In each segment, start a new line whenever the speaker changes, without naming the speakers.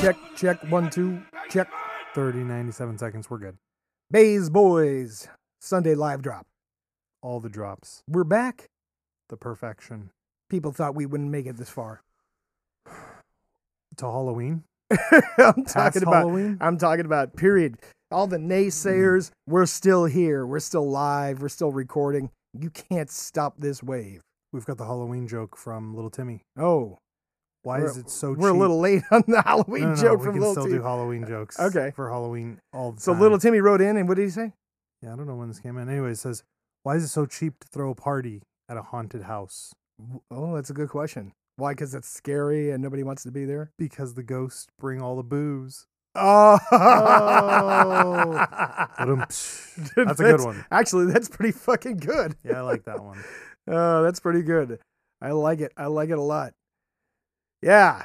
Check, check, one, two, check. 30, 97 seconds. We're good. Bays Boys, Sunday live drop. All the drops. We're back. The perfection.
People thought we wouldn't make it this far.
To Halloween.
I'm
Past
talking about
Halloween.
I'm talking about period. All the naysayers, we're still here. We're still live. We're still recording. You can't stop this wave.
We've got the Halloween joke from Little Timmy.
Oh,
Why
We're-
is it so
we're a
cheap?
little late on the
No,
Halloween
no, no,
joke
we
from
can
Little
still
Timmy.
do Halloween jokes.
Okay.
For Halloween all the
So
time.
Little Timmy wrote in, and what did he say?
Yeah, I don't know when this came in. Anyway, it says, Why is it so cheap to throw a party at a haunted house?
W- Oh, that's a good question. Why? Because it's scary and nobody wants to be there.
Because the ghosts bring all the booze.
Oh,
Ba-dum, psh. That's a good one.
Actually, that's pretty fucking good.
Yeah, I like that one.
Oh, that's pretty good. I like it. I like it a lot. Yeah.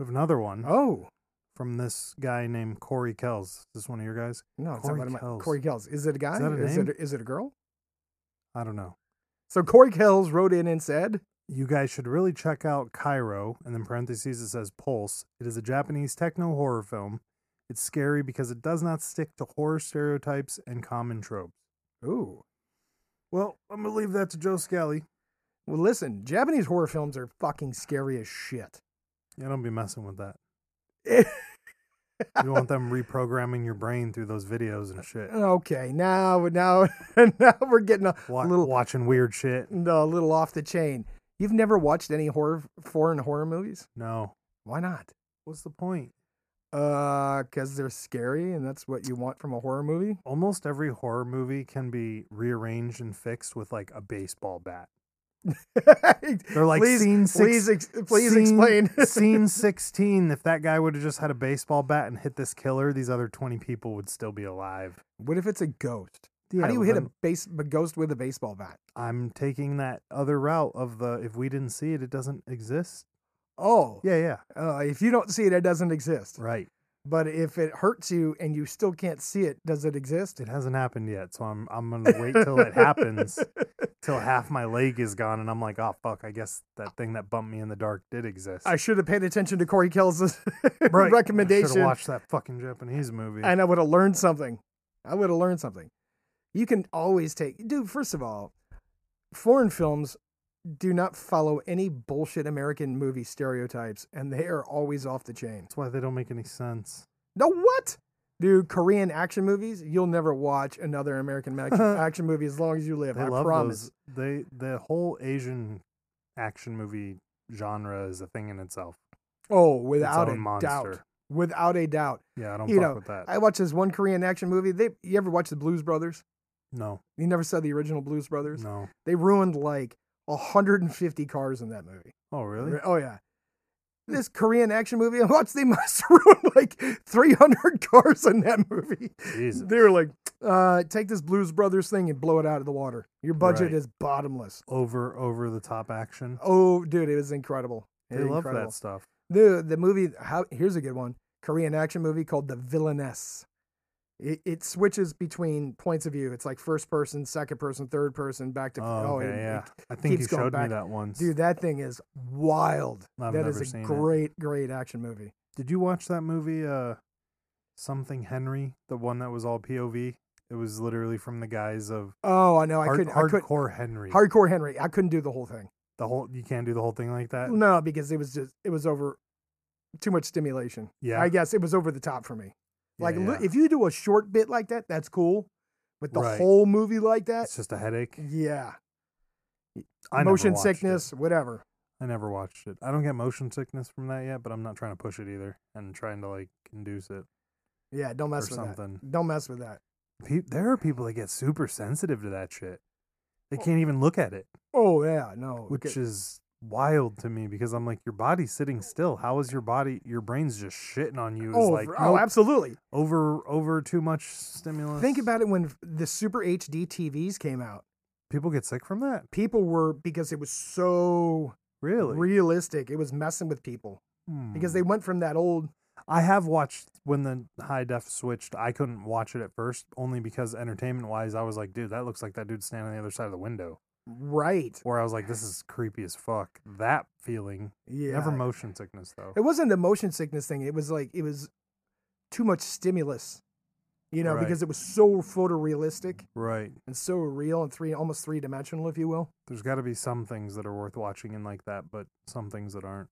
We have another one
Oh
from this guy named Corey Kells. Is this one of your guys?
no, it's
Corey
not one of my,
Kells.
Corey Kells. Is it a guy?
that a
is
name?
it is it a girl?
I don't know.
So Corey Kells wrote in and said,
You guys should really check out Cairo, and then parentheses it says Pulse. It is a Japanese techno horror film. It's scary because it does not stick to horror stereotypes and common tropes.
"Ooh,
Well, I'm gonna leave that to Joe Scally.
well, listen, Japanese horror films are fucking scary as shit."
Yeah, don't be messing with that. You don't want them reprogramming your brain through those videos and shit.
okay, now now now we're getting a
Wa-
little
watching weird shit.
no, a little off the chain. You've never watched any horror foreign horror movies?
No.
Why not?
What's the point?
Uh, because they're scary, and that's what you want from a horror movie.
Almost every horror movie can be rearranged and fixed with like a baseball bat. They're like
please,
scene six.
please, ex- please
scene-
explain.
scene 16. If that guy would have just had a baseball bat and hit this killer, these other 20 people would still be alive.
what if it's a ghost?
Yeah,
How do you
well,
hit a
then
base a ghost with a baseball bat?
I'm taking that other route of the if we didn't see it, it doesn't exist.
Oh,
Yeah, yeah.
uh, if you don't see it, it doesn't exist.
Right.
But if it hurts you and you still can't see it, does it exist?
It hasn't happened yet, so I'm I'm gonna wait till it happens, till half my leg is gone, and I'm like, oh fuck, I guess that thing that bumped me in the dark did exist.
I should have paid attention to Corey Kells'
Right. I should
recommendation.
have watched that fucking Japanese movie.
and I would have learned something. I would have learned something. You can always take, dude. First of all, foreign films do not follow any bullshit American movie stereotypes, and they are always off the chain.
That's why they don't make any sense.
No, what? Dude, Korean action movies, you'll never watch another American ma- action movie as long as you live.
They
I
love
promise.
those. They the whole Asian action movie genre is a thing in itself.
Oh, without
its
a
own monster.
doubt. Without a doubt.
Yeah, I don't
You
fuck
know,
with that.
I watched this one Korean action movie. They, you ever watch the Blues Brothers?
no,
You never saw the original Blues Brothers?
no.
They ruined like 150 cars in that movie.
Oh really?
Oh yeah. This Korean action movie I watched, they must have ruined like 300 cars in that movie.
Jesus.
They were like, uh, take this Blues Brothers thing and blow it out of the water. Your budget
Right.
is bottomless.
Over over the top action.
Oh, dude, it was incredible. It
they
was
love
incredible.
that stuff.
The the movie. How, here's a good one. Korean action movie called The Villainess. It, it switches between points of view. It's like first person, second person, third person, back to
Oh, okay,
it-
yeah.
it-
I think you
keeps going
showed me
back.
that once.
dude, that thing is wild.
I've
that
never
is a
seen it.
great, great action movie.
Did you watch that movie, uh, Something Henry? The one that was all POV? It was literally from the guys of
Oh, I know. I
hard,
couldn't. I couldn't.
Hardcore Henry.
Hardcore Henry. I couldn't do the whole thing.
the whole you can't do the whole thing like that.
No, because it was just it was over too much stimulation.
Yeah.
I guess it was over the top for me.
Yeah,
Like li-
yeah.
if you do a short bit like that, that's cool. But the
Right.
whole movie like that,
it's just a headache.
yeah,
I never
Mm, motion
watched it.
sickness, whatever.
I never watched it. I don't get motion sickness from that yet, but I'm not trying to push it either and trying to like induce it
Yeah, don't
or
mess with
something.
that. Don't mess with that.
Pe- there are people that get super sensitive to that shit. They can't even look at it,
Oh yeah, no.
which
okay.
is wild to me because I'm like, your body's sitting still. How is your body? Your brain's just shitting on you. It's
oh,
like,
for-
nope. Uh,
oh, absolutely.
over over too much stimulus.
Think about it when the Super HD TVs came out.
people get sick from that.
People were because it was so
Really?
realistic. It was messing with people
Hmm.
because they went from that old
I have watched when the high def switched. I couldn't watch it at first only because entertainment wise, I was like, dude, that looks like that dude standing on the other side of the window.
Right.
where I was like, this is creepy as fuck. That feeling.
Yeah.
Never motion sickness, though.
It wasn't the motion sickness thing. It was like it was too much stimulus, you know,
Right.
because it was so photorealistic
Right.
and so real and three almost three dimensional, if you will.
There's got to be some things that are worth watching and like that, but some things that aren't.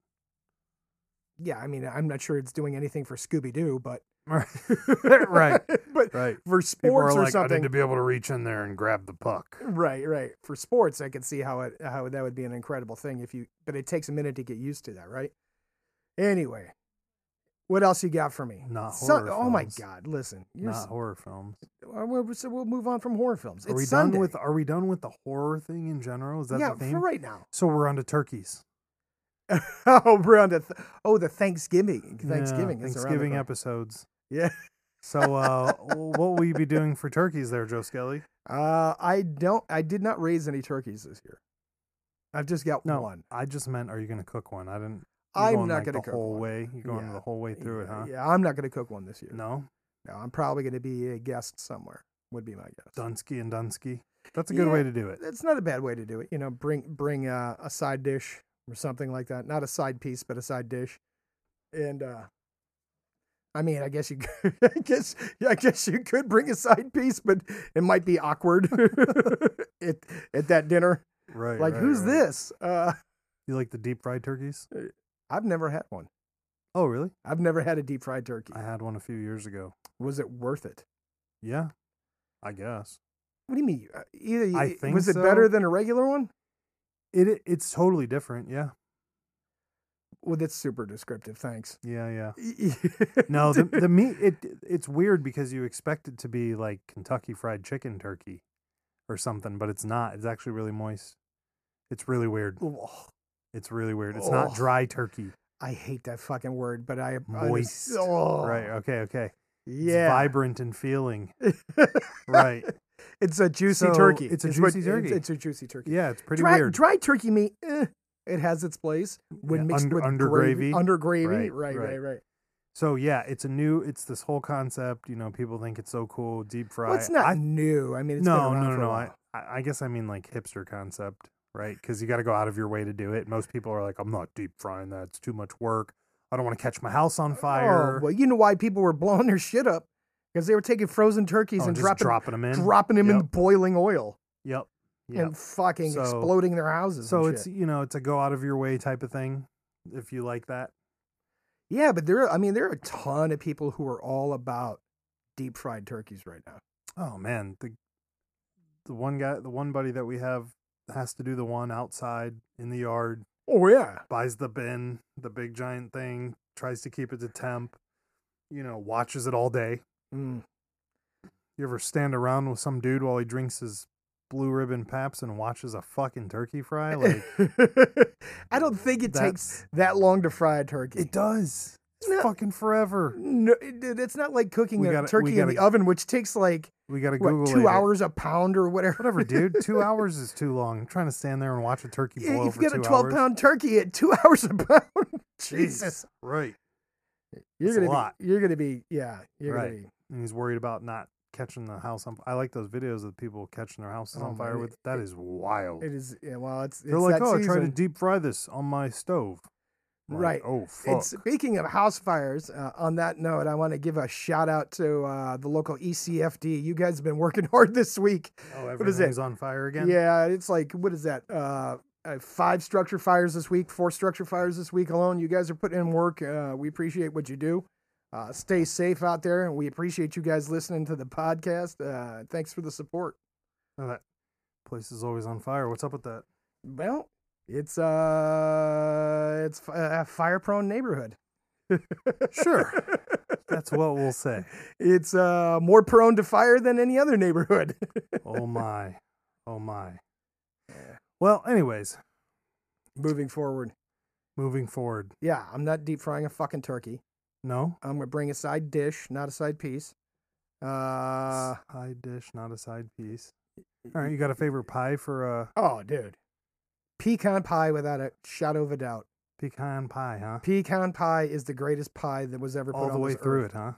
Yeah, I mean, I'm not sure it's doing anything for Scooby Doo, but
Right.
but
Right.
for
People are
sports or
like, I need
something,
to be able to reach in there and grab the puck.
right, right. For sports, I could see how it how that would be an incredible thing if you, but it takes a minute to get used to that, right? Anyway, what else you got for me?
Not
So-
horror
oh my
films.
God! Listen, you're
Not
s-
horror films.
Uh, we'll- so we'll move on from horror films.
Are
It's
we
Sunday.
done with? Are we done with the horror thing in general? Is that
yeah,
the theme?
for right now.
So we're on to turkeys.
oh, we're on to th- oh the Thanksgiving.
Yeah,
Thanksgiving. is around the
Thanksgiving
corner.
episodes.
Yeah.
So, uh, what will you be doing for turkeys there, Joe Skelly?
Uh, I don't. I did not raise any turkeys this year. I've just got
No,
one.
I just meant, are you going to cook one? I didn't. you're
I'm
going,
not
like,
going to
the
cook
whole
one.
way. You're going
Yeah.
the whole way through it,
Yeah,
huh?
Yeah, I'm not going to cook one this year.
No,
No, I'm probably going to be a guest somewhere. Would be my guess.
Dunsky and Dunsky. That's a good
Yeah.
way to do it.
That's not a bad way to do it. You know, bring bring uh, a side dish or something like that. Not a side piece, but a side dish. And uh I mean, I guess you could, I guess yeah, I guess you could bring a side piece, but it might be awkward at at that dinner.
Right.
like,
right,
who's
right.
this? Uh
You like the deep fried turkeys?
I've never had one.
Oh, really?
I've never had a deep fried turkey.
I had one a few years ago.
Was it worth it?
Yeah, I guess
What do you mean? you- uh, Either you,
I think
was it
so.
better than a regular one?
it, it. It's totally different. Yeah,
Well, that's super descriptive. Thanks.
yeah, yeah. No, the, the meat it it's weird because you expect it to be like Kentucky fried chicken turkey or something, but it's not. It's actually really moist. It's really weird.
Ugh.
It's really weird. It's not
Ugh.
dry turkey.
I hate that fucking word, but I I
Moist.
just- oh,
Right. Okay. Okay. It's
Yeah,
vibrant and feeling. Right.
it's a juicy
So,
turkey.
it's a
is
juicy
it's-
turkey.
It's, a juicy turkey.
Yeah. It's pretty
dry,
weird.
dry turkey meat, eh, it has its place when
Yeah,
mixed
under-
with
under gravy.
Under gravy,
Right,
right, right,
right.
right.
So yeah, it's a new. It's this whole concept. You know, people think it's so cool. Deep fry.
Well, it's not
I-
new. I mean, it's
no,
been around
no,
for
no,
a
no. I,
while.
I I guess I mean like hipster concept, right? Because you got to go out of your way to do it. Most people are like, I'm not deep frying that. It's too much work. I don't want to catch my house on fire.
Oh, well, you know why people were blowing their shit up because they were taking frozen turkeys
Oh,
and
just
dropping
dropping them in.
dropping them in
Yep.
boiling oil
yep.
and fucking
So-
exploding their houses.
So
and
it's
shit.
you know it's a go out of your way type of thing. If you like that,
yeah, but there. Are, I mean, there are a ton of people who are all about deep fried turkeys right now.
oh man, the the one guy, the one buddy that we have has to do the one outside in the yard.
Oh yeah,
buys the bin, the big giant thing, tries to keep it to temp, you know, watches it all day.
Mm.
You ever stand around with some dude while he drinks his blue ribbon paps and watches a fucking turkey fry? Like
I don't think it takes
that's-
that long to fry a turkey.
it does. It's
No.
fucking forever.
no, dude, it's not like cooking
We
a
gotta- we
turkey in the
gotta-
oven, which takes like
We gotta
what,
Google
two
it.
hours a pound or whatever.
Whatever, dude. Two hours is too long. I'm trying to stand there and watch a turkey
Yeah,
boil
You've
for
got
two
a twelve
hours.
pound turkey at two hours a pound. Jesus,
Right.
you're
It's a
gonna
lot.
be. You're gonna be. Yeah, you're
Right.
gonna be.
And he's worried about not catching the house on. I like those videos of people catching their houses
Oh,
on
man,
fire
it-
with. That is wild.
It is. Yeah, well, it's.
They're
it's
like,
that
oh, I tried to
season.
deep fry this on my stove. I'm like,
Right.
oh, fuck.
And speaking of house fires, uh, on that note, I want to give a shout out to uh, the local ECFD. You guys have been working hard this week.
oh,
what is it?
everything's on fire again.
Yeah, it's like what is that? Uh, uh, five structure fires this week, four structure fires this week alone. You guys are putting in work. Uh, we appreciate what you do. Uh, stay safe out there. We appreciate you guys listening to the podcast. Uh, thanks for the support.
Oh, that place is always on fire. What's up with that?
Well, it's uh, it's fi- a fire prone neighborhood.
Sure. That's what we'll say.
It's uh, more prone to fire than any other neighborhood.
Oh my, oh my. Well, anyways,
Moving forward.
moving forward.
Yeah, I'm not deep frying a fucking turkey.
No
I'm gonna bring a side dish, not a side piece. Uh
side dish, not a side piece. All right, you got a favorite pie for uh,
oh, dude, pecan pie without a shadow of a doubt.
pecan pie, huh?
Pecan pie is the greatest pie that was ever put
All the
on
way
this
through
earth.
it, huh?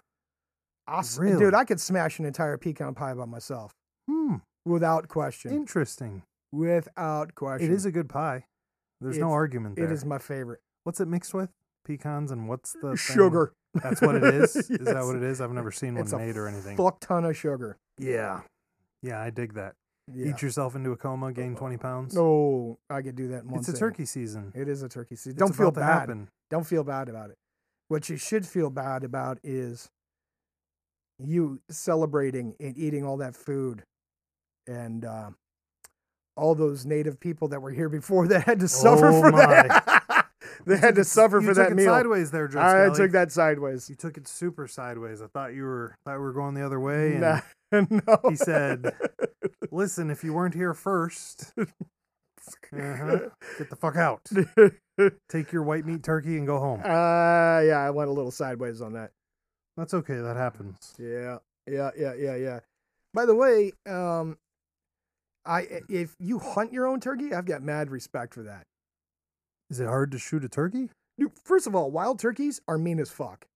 Awesome.
Really?
Dude, I could smash an entire pecan pie by myself
Hmm.
without question.
Interesting.
without question.
It is a good pie. There's no
It's-
argument there.
It is my favorite.
What's it mixed with? Pecans and what's the thing?
Sugar.
That's what it is. Is that
Yes.
what it is? I've never seen one
It's a
made or anything.
Fuck ton of sugar.
yeah, yeah, I dig that.
Yeah.
Eat yourself into a coma, gain twenty pounds.
No, I could do that. In one
it's a
sitting.
turkey season.
It is a turkey season.
It's
Don't feel
about to
bad.
happen.
Don't feel bad about it. What you should feel bad about is you celebrating and eating all that food and uh, all those native people that were here before that had to suffer
Oh
for
my.
that. they had to suffer
you
for
took
that
it
meal.
sideways there, Joe.
I
Scully.
took that sideways.
You took it super sideways. I thought you were thought we were going the other way. And
Nah, no.
he said, "Listen, if you weren't here first, uh-huh, get the fuck out. Take your white meat turkey and go home."
Uh, yeah, I went a little sideways on that.
That's okay. That happens.
Yeah, yeah, yeah, yeah, yeah. By the way, um, I if you hunt your own turkey, I've got mad respect for that.
Is it hard to shoot a turkey?
Dude, First of all, wild turkeys are mean as fuck.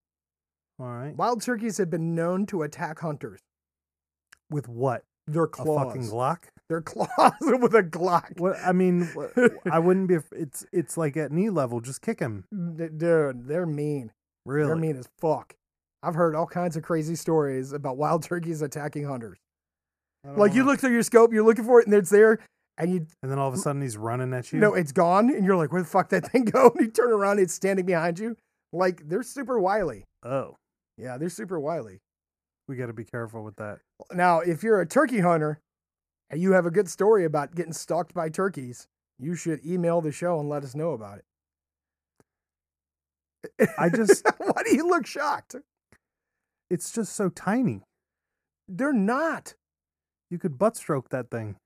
All right.
Wild turkeys have been known to attack hunters.
With what?
Their
A fucking
claws.
Glock?
Their claws with a Glock.
What? I mean, what- I wouldn't be. af- It's it's like at knee level. Just kick him.
D- Dude, they're mean.
Really?
They're mean as fuck. I've heard all kinds of crazy stories about wild turkeys attacking hunters.
I don't
Like you
know.
look through your scope, you're looking for it, and it's there, and you
and then all of a sudden he's running at you.
No, it's gone, and you're like, where the fuck did that thing go? And you turn around, it's standing behind you. Like they're super wily.
oh,
Yeah, they're super wily.
we got to be careful with that.
Now, if you're a turkey hunter and you have a good story about getting stalked by turkeys, you should email the show and let us know about it.
I just-
why do you look shocked?
It's just so tiny.
They're not
You could butt stroke that thing.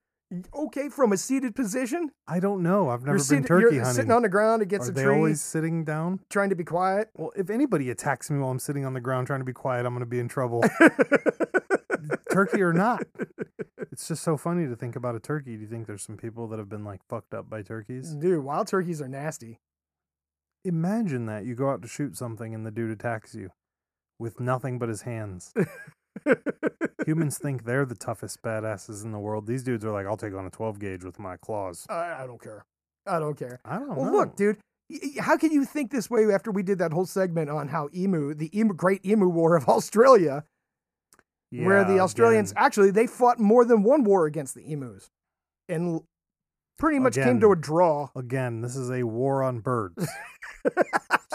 okay from a seated position.
I don't know. I've
you're
never been
sit- you're
turkey hunting.
sitting on the ground against
Are
a
they
tree,
always sitting down?
trying to be quiet.
Well, if anybody attacks me while I'm sitting on the ground trying to be quiet, I'm going to be in trouble. turkey or not. It's just so funny to think about a turkey. Do you think there's some people that have been like fucked up by turkeys?
Dude, wild turkeys are nasty.
Imagine that you go out to shoot something and the dude attacks you with nothing but his hands. Humans think they're the toughest badasses in the world. These dudes are like, I'll take on a 12 gauge with my claws.
I, I don't care. I don't care.
I don't
Well,
know.
look, dude, y- y- how can you think this way after we did that whole segment on how emu, the emu, great emu war of Australia, where
Yeah,
the Australians
again.
actually they fought more than one war against the emus, and l- pretty much came to
Again.
a draw.
Again, this is a war on birds.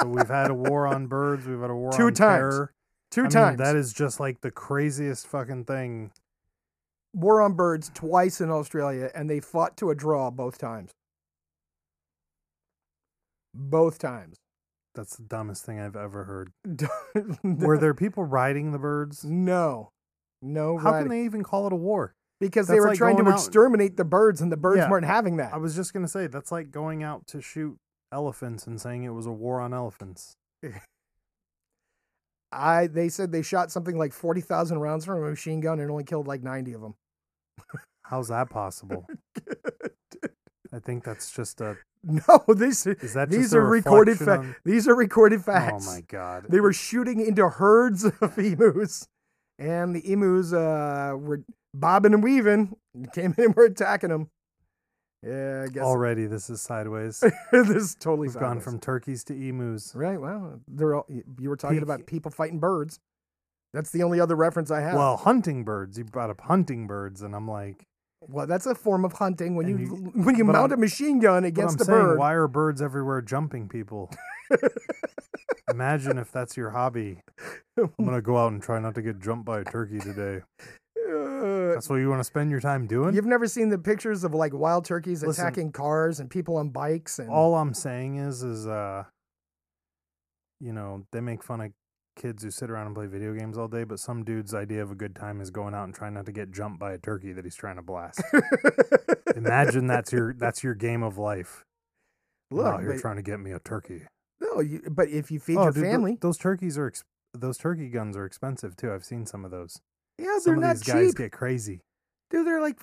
so we've had a war on birds. We've had a war
Two
on
times.
terror.
Two
I mean,
times
that is just like the craziest fucking thing.
war on birds twice in Australia, and they fought to a draw both times. Both times.
That's the dumbest thing I've ever heard. Were there people riding the birds?
no, no?
How
riding.
can they even call it a war?
Because they
That's
were
like
trying to
going out-
exterminate the birds, and the birds
Yeah.
weren't having that.
I was just gonna say that's like going out to shoot elephants and saying it was a war on elephants.
I they said they shot something like forty thousand rounds from a machine gun and only killed like ninety of them.
How's that possible? I think that's just a.
No, these
Is that
these
just a
are recorded
reflection
facts.
on-
These are recorded
Oh
facts.
my god!
They were shooting into herds of emus, and the emus uh, were bobbing and weaving. Came in and were attacking them. Yeah, I guess
Already, this is sideways.
this is totally
We've gone
sideways.
from turkeys to emus.
right. Well, they're all, you were talking
Peak-
about people fighting birds. That's the only other reference I have.
Well, hunting birds. You brought up hunting birds, and I'm like,
Well, that's a form of hunting when you,
And
when you
but
mount
I'm-
a machine gun
but I'm
against a
saying,
bird.
why are birds everywhere jumping people? Imagine if that's your hobby. I'm gonna go out and try not to get jumped by a turkey today.
Uh,
That's what you want to spend your time doing.
you've never seen the pictures of like wild turkeys
Listen.
attacking cars and people on bikes and
All I'm saying is, is uh, you know, they make fun of kids who sit around and play video games all day, but some dude's idea of a good time is going out and trying not to get jumped by a turkey that he's trying to blast. Imagine that's your that's your game of life.
look.
oh, you're
but,
trying to get me a turkey.
no, you, but if you feed your
Oh, dude, tho-
family,
those turkeys are ex- those turkey guns are expensive too. I've seen some of those.
yeah, they're
Some of
not
these guys
cheap.
get crazy
Dude, they're like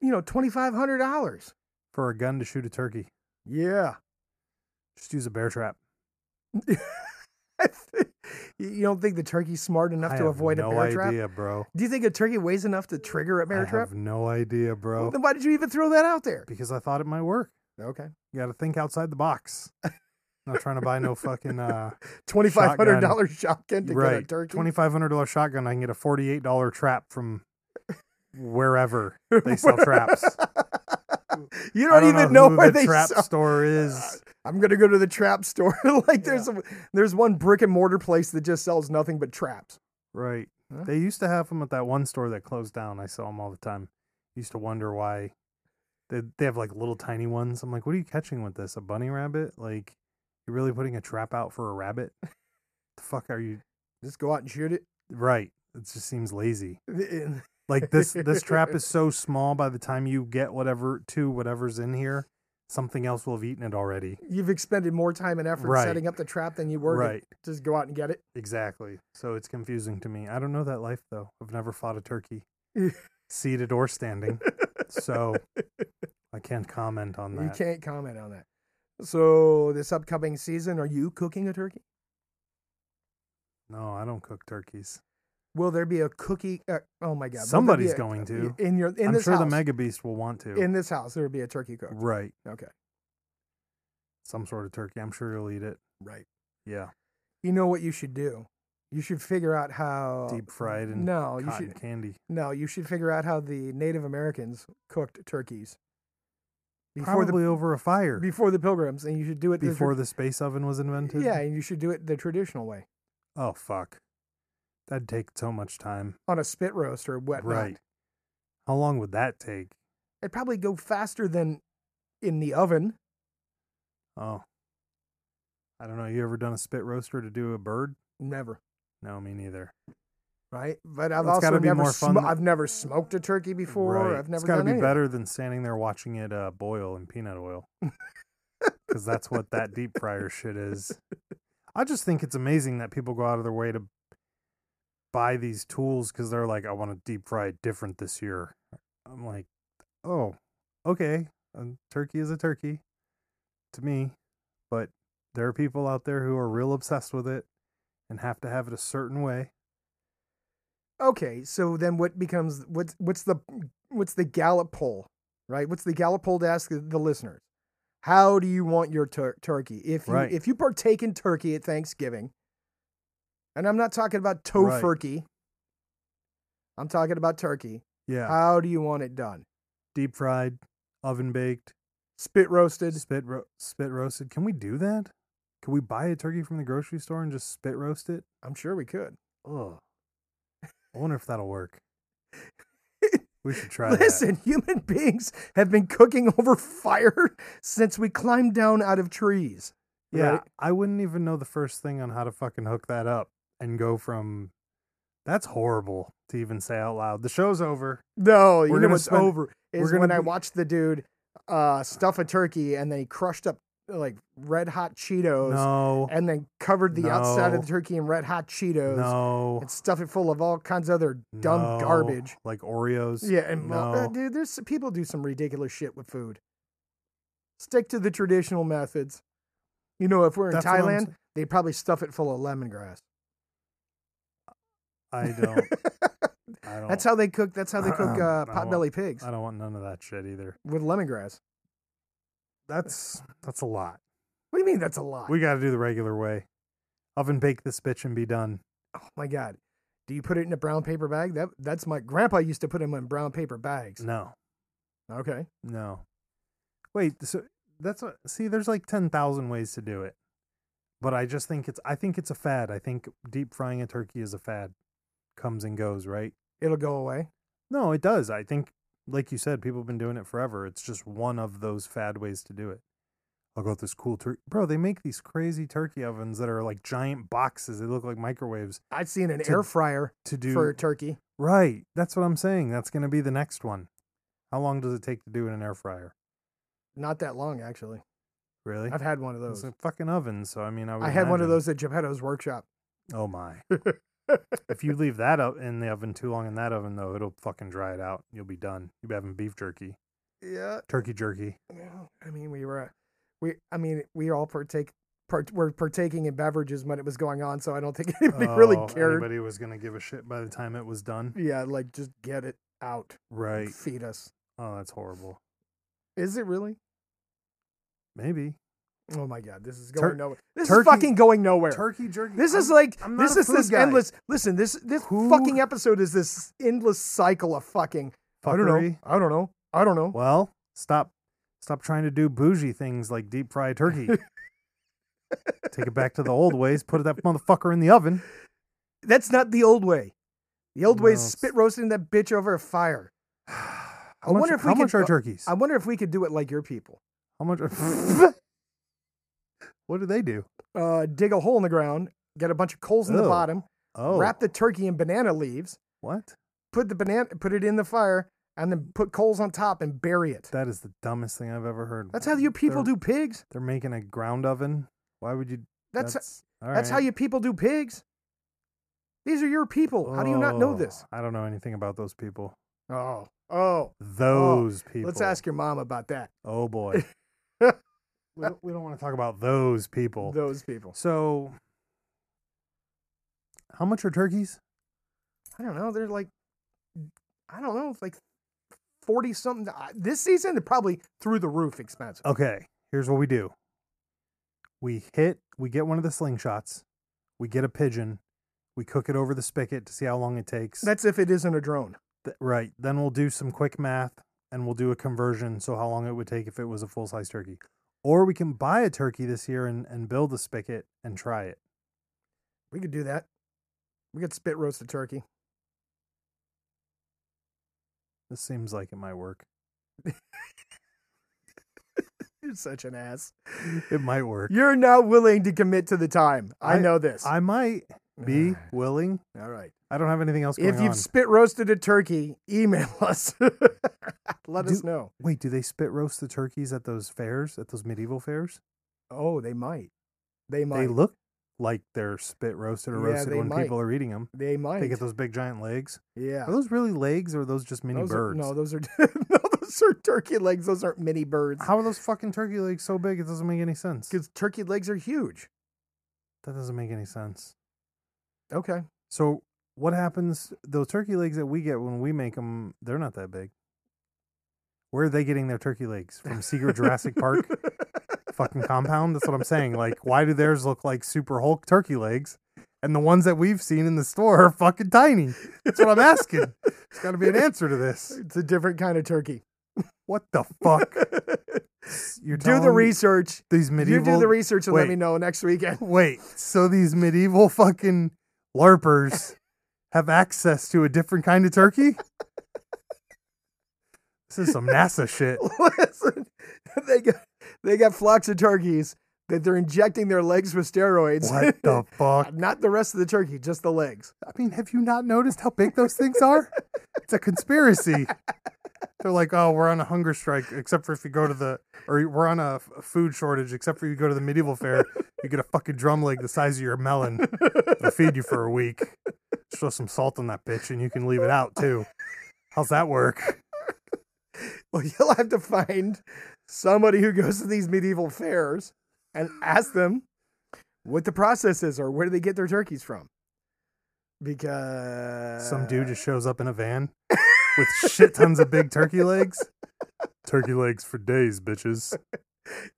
you know twenty five hundred dollars.
for a gun to shoot a turkey.
Yeah,
Just use a bear trap.
You you don't think the turkey's smart enough
I
to
have
avoid
no
a bear trap?
idea, bro.
Do you think a turkey weighs enough to trigger a bear
I
trap?
have no idea, bro.
Well, then why did you even throw that out there?
Because I thought it might work.
Okay.
You got to think outside the box. Not trying to buy no fucking uh,
Twenty five hundred dollar shotgun to get a
right
turkey.
twenty five hundred dollar shotgun. I can get a forty eight dollar trap from wherever they sell traps.
you
I
don't, even know,
know, who
where
the
they
trap
sell.
store is.
I'm gonna go to the trap store. like there's a, there's one brick and mortar place that just sells nothing but traps.
Right.
Huh?
They used to have them at that one store that closed down. I saw them all the time. Used to wonder why they they have like little tiny ones. I'm like, what are you catching with this? A bunny rabbit? Like, you're really putting a trap out for a rabbit? the fuck are you?
Just go out and shoot it.
Right. It just seems lazy.
And-
Like this this trap is so small. By the time you get whatever to whatever's in here, something else will have eaten it already.
You've expended more time and effort
Right.
setting up the trap than you were. to
Right.
Just go out and get it.
Exactly. So it's confusing to me. I don't know that life though. I've never fought a turkey, seated or standing. So I can't comment on
You
that.
can't comment on that. So this upcoming season, are you cooking a turkey?
No, I don't cook turkeys.
Will there be a cookie? Uh, oh my God! will there be
Somebody's
a- uh,
going to.
in your in
I'm
this
sure
house.
the mega beast will want to.
in this house, there would be a turkey cooked.
right.
Okay,
Some sort of turkey. I'm sure he'll eat it.
right.
Yeah.
You know what you should do? You should figure out how
Deep fried and
Uh, No, you
cotton
should
candy.
no, you should figure out how the Native Americans cooked turkeys before
Probably over a
the
fire
before the Pilgrims, and you should do it the
before
tra-
the space oven was invented.
yeah, and you should do it the traditional way
Oh fuck. That'd take so much time.
on a spit roast or whatnot.
Right. How long would that take?
It'd probably go faster than in the oven.
Oh. I don't know. You ever done a spit roaster to do a bird?
Never.
No, me neither.
Right, but I've
Well, it's
also
gotta be
never
more fun
smo-
than-
I've never smoked a turkey before.
Right.
I've never
it's got to
done
be
any of that.
better than standing there watching it uh, boil in peanut oil, because that's what that deep fryer shit is. I just think it's amazing that people go out of their way to buy these tools because they're like, I want to deep fry it different this year. I'm like, oh, okay. Um, turkey is a turkey to me, but there are people out there who are real obsessed with it and have to have it a certain way.
Okay, so then what becomes what's what's the what's the Gallup poll, right? What's the Gallup poll to ask the listeners? How do you want your tur- turkey? If you
Right.
if you partake in turkey at Thanksgiving, and I'm not talking about tofurkey, I'm talking about turkey.
Yeah,
How do you want it done?
deep fried, oven baked.
Spit roasted.
spit ro- spit roasted. Can we do that? Can we buy a turkey from the grocery store and just spit roast it?
I'm sure we could.
Ugh. I wonder if that'll work. We should try that.
Listen, human beings have been cooking over fire since we climbed down out of trees.
Yeah,
right?
I wouldn't even know the first thing on how to fucking hook that up and go from. That's horrible to even say out loud. The show's over.
No, you
We're
know
gonna
what's
spend-
over is
we're gonna
when I
be-
watched the dude uh, stuff a turkey and then he crushed up like red hot Cheetos
No,
and then covered the outside of
No.
the turkey in red hot Cheetos
no,
and stuff it full of all kinds of other dumb
no,
garbage.
like Oreos.
Yeah, and well, uh,
no.
dude, there's people do some ridiculous shit with food. Stick to the traditional methods. You know, if we're in
That's what I'm
Thailand,
s-
they probably stuff it full of lemongrass.
I don't. I don't.
That's how they cook. That's how they cook uh,
I won't-
potbelly pigs
I don't want none of that shit either.
with lemongrass.
That's that's a lot.
What do you mean? That's a lot.
We got to do the regular way. Oven bake this bitch and be done.
Oh my god. Do you put it in a brown paper bag? That that's my grandpa used to put them in brown paper bags.
No,
Okay.
no. Wait, so that's what, see. There's like ten thousand ways to do it, but I just think it's. I think it's a fad. I think deep frying a turkey is a fad. Comes and goes, right?
It'll go away.
No, it does. I think, like you said, people have been doing it forever. It's just one of those fad ways to do it. I'll go with this cool turkey, bro. They make these crazy turkey ovens that are like giant boxes. They look like microwaves
I'd seen an
To
air fryer
to do
for turkey.
Right. That's what I'm saying. That's going to be the next one. How long does it take to do in an air fryer?
Not that long actually.
Really?
I've had one of
it's
those.
a fucking oven. So, I mean, I, would
I had one of
imagine-
those at Geppetto's workshop.
Oh, my. if you leave that out in the oven too long in that oven, though, it'll fucking dry it out. You'll be done. You'll be having beef jerky,
Yeah.
turkey jerky.
uh, Well, I mean, we were we I mean, we all partake part, were partaking in beverages when it was going on, so I don't think anybody really
Oh,
cared.
Anybody was gonna give a shit by the time it was done.
Yeah, like just get it out,
Right.
feed us.
Oh, that's horrible.
Is it really?
Maybe
Oh my god, this is
Tur-
going nowhere. This
turkey-
is fucking going nowhere.
turkey jerky.
This is
I'm-
like
I'm not
this
a
is
food
this
guy.
endless. Listen, this this
Who-
fucking episode is this endless cycle of fucking. I don't know.
Fuckery.
I don't know. I don't know.
Well, stop, stop trying to do bougie things like deep fry turkey. Take it back to the old ways. Put that motherfucker in the oven.
That's not the old way. The old way is
No.
spit roasting that bitch over a fire.
I
wonder if we
how
could-
much are turkeys?
I wonder if we could do it like your people.
how much? Are, what do they do?
Uh, dig a hole in the ground, get a bunch of coals in the
Oh.
bottom,
Oh,
wrap the turkey in banana leaves,
what?
put the banana, put it in the fire, and then put coals on top and bury it.
That is the dumbest thing I've ever heard.
That's how you people
They're-
do pigs.
They're making a ground oven. Why would you?
That's
all
that's how
right.
you people do pigs. These are your people. How do you not know
Oh,
this?
I don't know anything about those people.
Oh, oh.
Those people.
Let's ask your mom about that.
Oh boy. we don't, we don't want to talk about those people.
Those people.
So, how much are turkeys?
I don't know. They're like, I don't know, like forty something. I- This season, they're probably through the roof expensive.
Okay, here's what we do. We hit. We get one of the slingshots. We get a pigeon. We cook it over the spigot to see how long it takes.
That's if it isn't a drone.
Th- right. Then we'll do some quick math and we'll do a conversion. So, how long it would take if it was a full size turkey. Or we can buy a turkey this year and, and build a spigot and try it.
We could do that. We could spit roast a turkey.
This seems like it might work.
You're such an ass.
It might work.
You're not willing to commit to the time. I,
I-
know this.
I might be willing.
All right.
I don't have anything else going
If you've
on.
spit roasted a turkey, email us. Let us
Do-
know.
Wait, do they spit roast the turkeys at those fairs, at those medieval fairs?
Oh, they might. They might.
They
They,
look like they're spit roasted or
Yeah,
roasted
they
when
might.
people are eating them.
might.
They get those big giant legs.
yeah.
Are those really legs or are those just mini
Those are-
birds?
no, those are no, those are turkey legs. Those aren't mini birds.
How are those fucking turkey legs so big? It doesn't make any sense.
Because turkey legs are huge.
That doesn't make any sense.
Okay.
So, what happens? Those turkey legs that we get when we make them, they're not that big. Where are they getting their turkey legs? From Secret Jurassic Park? fucking compound. That's what I'm saying. Like, why do theirs look like Super Hulk turkey legs? And the ones that we've seen in the store are fucking tiny. That's what I'm asking. There's got to be an answer to this.
It's a different kind of turkey.
What the fuck? You're
do the
telling me
research.
These
You
medieval.
do the research and let
Wait.
me know next weekend.
Wait. So these medieval fucking larpers have access to a different kind of turkey? This is some NASA shit.
Listen, they got they got flocks of turkeys that they're injecting their legs with steroids.
What the fuck?
Not the rest of the turkey, just the legs.
I mean, have you not noticed how big those things are? It's a conspiracy. They're like, oh, we're on a hunger strike, except for if you go to the, or we're on a f- food shortage, except for you go to the medieval fair, you get a fucking drum leg the size of your melon. They'll feed you for a week. Just throw some salt on that bitch and you can leave it out too. How's that work?
Well, you'll have to find somebody who goes to these medieval fairs and ask them what the process is or where do they get their turkeys from. Because
Some dude just shows up in a van with shit tons of big turkey legs. Turkey legs for days, bitches.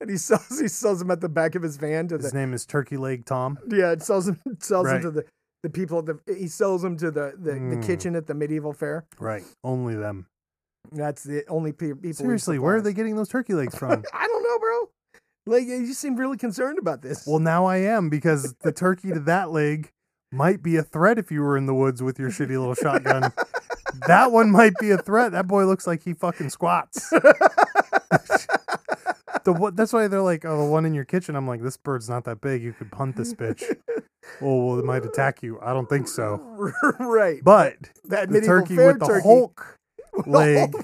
and he sells he sells them at the back of his van to
His
the
name is Turkey Leg Tom.
yeah it sells them sells
Right.
them to the the people at the he sells them to the the,
Mm.
the kitchen at the medieval fair.
Right. Only them.
That's the only pe- people. he
Seriously, where are they
supplies.
getting those turkey legs from?
I don't know, bro. Like you seem really concerned about this.
well, now I am because the turkey to that leg might be a threat if you were in the woods with your shitty little shotgun. that one might be a threat. That boy looks like he fucking squats. the what? That's why they're like, oh, the one in your kitchen. I'm like, this bird's not that big. You could punt this bitch. oh, well, it might attack you. I don't think so.
right.
But
that
the
medieval
turkey
fair
with the
turkey,
Hulk leg.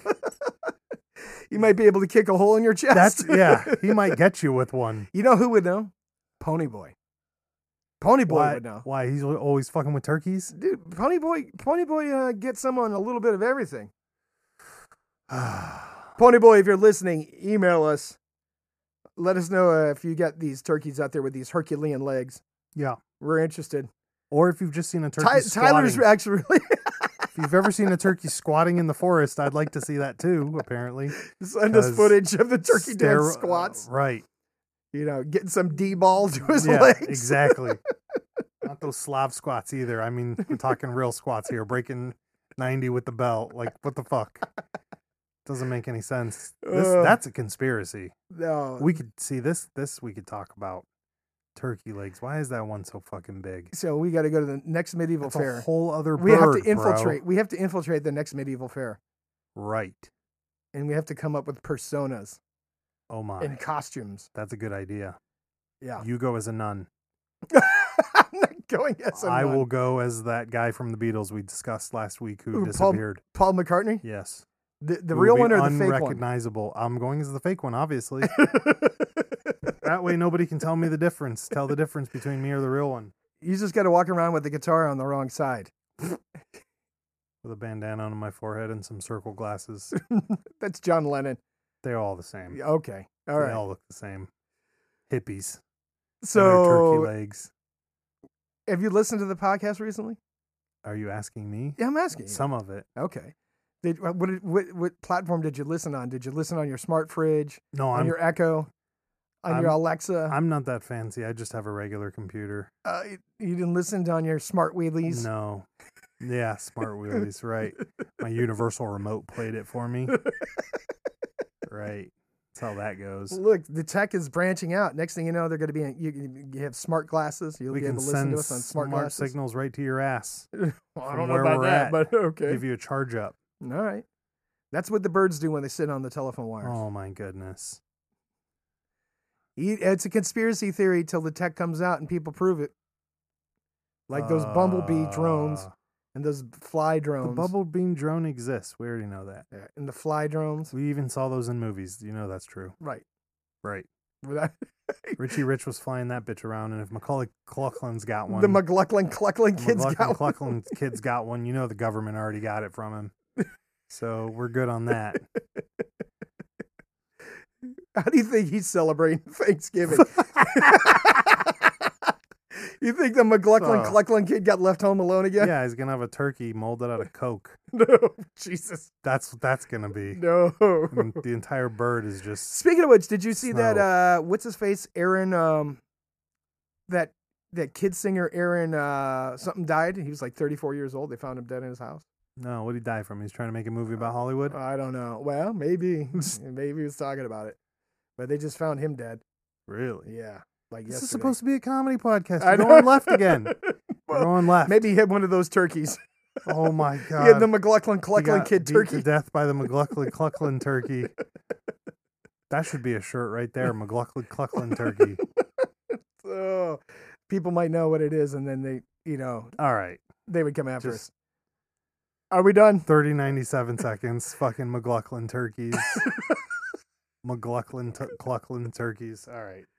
you might be able to kick a hole in your chest.
That's yeah. He might get you with one.
you know who would know? Pony Boy. Pony Boy
Why?
would know.
Why? He's always fucking with turkeys.
Dude, Pony Boy, Pony Boy uh, gets someone a little bit of everything. Pony Boy, if you're listening, email us. Let us know uh, if you got these turkeys out there with these Herculean legs.
Yeah.
We're interested.
Or if you've just seen a turkey
Ty- Tyler's
squatting.
actually really.
if you've ever seen a turkey squatting in the forest, I'd like to see that too, apparently.
Send us
'Cause
footage of the turkey doing
Stero- uh,
squats.
Right.
You know, getting some D ball to his
yeah,
legs.
exactly. Not those Slav squats either. I mean, we're talking real squats here, breaking 90 with the belt. Like, what the fuck? Doesn't make any sense. This,
Ugh.
that's a conspiracy.
No.
We could see this. This we could talk about. Turkey legs. Why is that one so fucking big?
so we got to go to the next medieval
That's a
fair.
whole other bird.
We have to
bro.
infiltrate. We have to infiltrate the next medieval fair,
Right.
and we have to come up with personas
Oh my.
and costumes.
That's a good idea.
Yeah,
You go as a nun.
I'm not going as a
I
nun.
will go as that guy from the Beatles we discussed last week who
Who, Paul-
disappeared.
Paul McCartney,
Yes.
the, the
Who will
real
be
one or the fake one?
unrecognizable. I'm going as the fake one, obviously. that way nobody can tell me the difference. Tell the difference between me or the real one.
you just got to walk around with the guitar on the wrong side.
With a bandana on my forehead and some circle glasses.
That's John Lennon.
They're all the same.
Okay, all
They
right.
all look the same. Hippies. and their turkey
So,
legs.
have you listened to the podcast recently?
Are you asking me?
Yeah, I'm asking. you.
Some of it.
Okay. Did, uh, what, what, what, what platform did you listen on? Did you listen on your smart fridge,
No,
on
I'm
your uh, Echo, on your
I'm-
Alexa?
I'm not that fancy. I just have a regular computer.
Uh, you didn't listen on your smart wheelies.
No. Yeah, smart wheelies, right. My universal remote played it for me. right. That's how that goes.
Look, the tech is branching out. Next thing you know, they're going to be in, you, can- you have smart glasses. You'll
we
be
can
able to listen
send
to us on smart,
smart,
glasses.
signals right to your ass.
Well, I
from
don't know
where
about
we're
that,
at.
but okay.
Give you a charge up.
All right. That's what the birds do when they sit on the telephone wires.
Oh my goodness.
E- It's a conspiracy theory till the tech comes out and people prove it. Like those bumblebee drones
Uh,
and those fly
The
drones.
bumblebee drone exists. We already know that.
Yeah, and the fly drones.
We even saw those in movies. You know that's true.
Right.
Right.
Without-
Richie Rich was flying that bitch around, and if Macaulay Clucklin's got one,
the McLaughlin Clucklin
Well,
kids
Gluck-
got one.
McLaughlin's kid's got one. You know the government already got it from him. So we're good on that.
How do you think he's celebrating Thanksgiving? you think the McLaughlin
Uh.
Clucklin kid got left home alone again?
yeah, he's gonna have a turkey molded out of Coke.
No, Jesus,
That's what that's gonna be.
no.
I mean, the entire bird is just
Speaking of which, did you see that? Uh, what's his face? Aaron, um, that that kid singer Aaron, uh, something died. He was like 34 years old. They found him dead in his house.
no. What would he die from? He's trying to make a movie about Hollywood.
I don't know. Well, maybe, maybe he was talking about it, but they just found him dead.
Really?
Yeah, like
This
yesterday.
is supposed to be a comedy podcast.
I
You're
know.
going left again. You're
well,
going left.
maybe he had one of those turkeys.
Oh my god.
He had the McLaughlin
He
Clucklin
got
Kid
beat
turkey.
to death by the McLaughlin Clucklin turkey. That should be a shirt right there, McLaughlin Clucklin turkey.
oh, people might know what it is, and then they, you know,
All right.
they would come after
Just-
us. Are we done?
30 97 seconds fucking mclaughlin turkeys mclaughlin tu- clucklin turkeys all right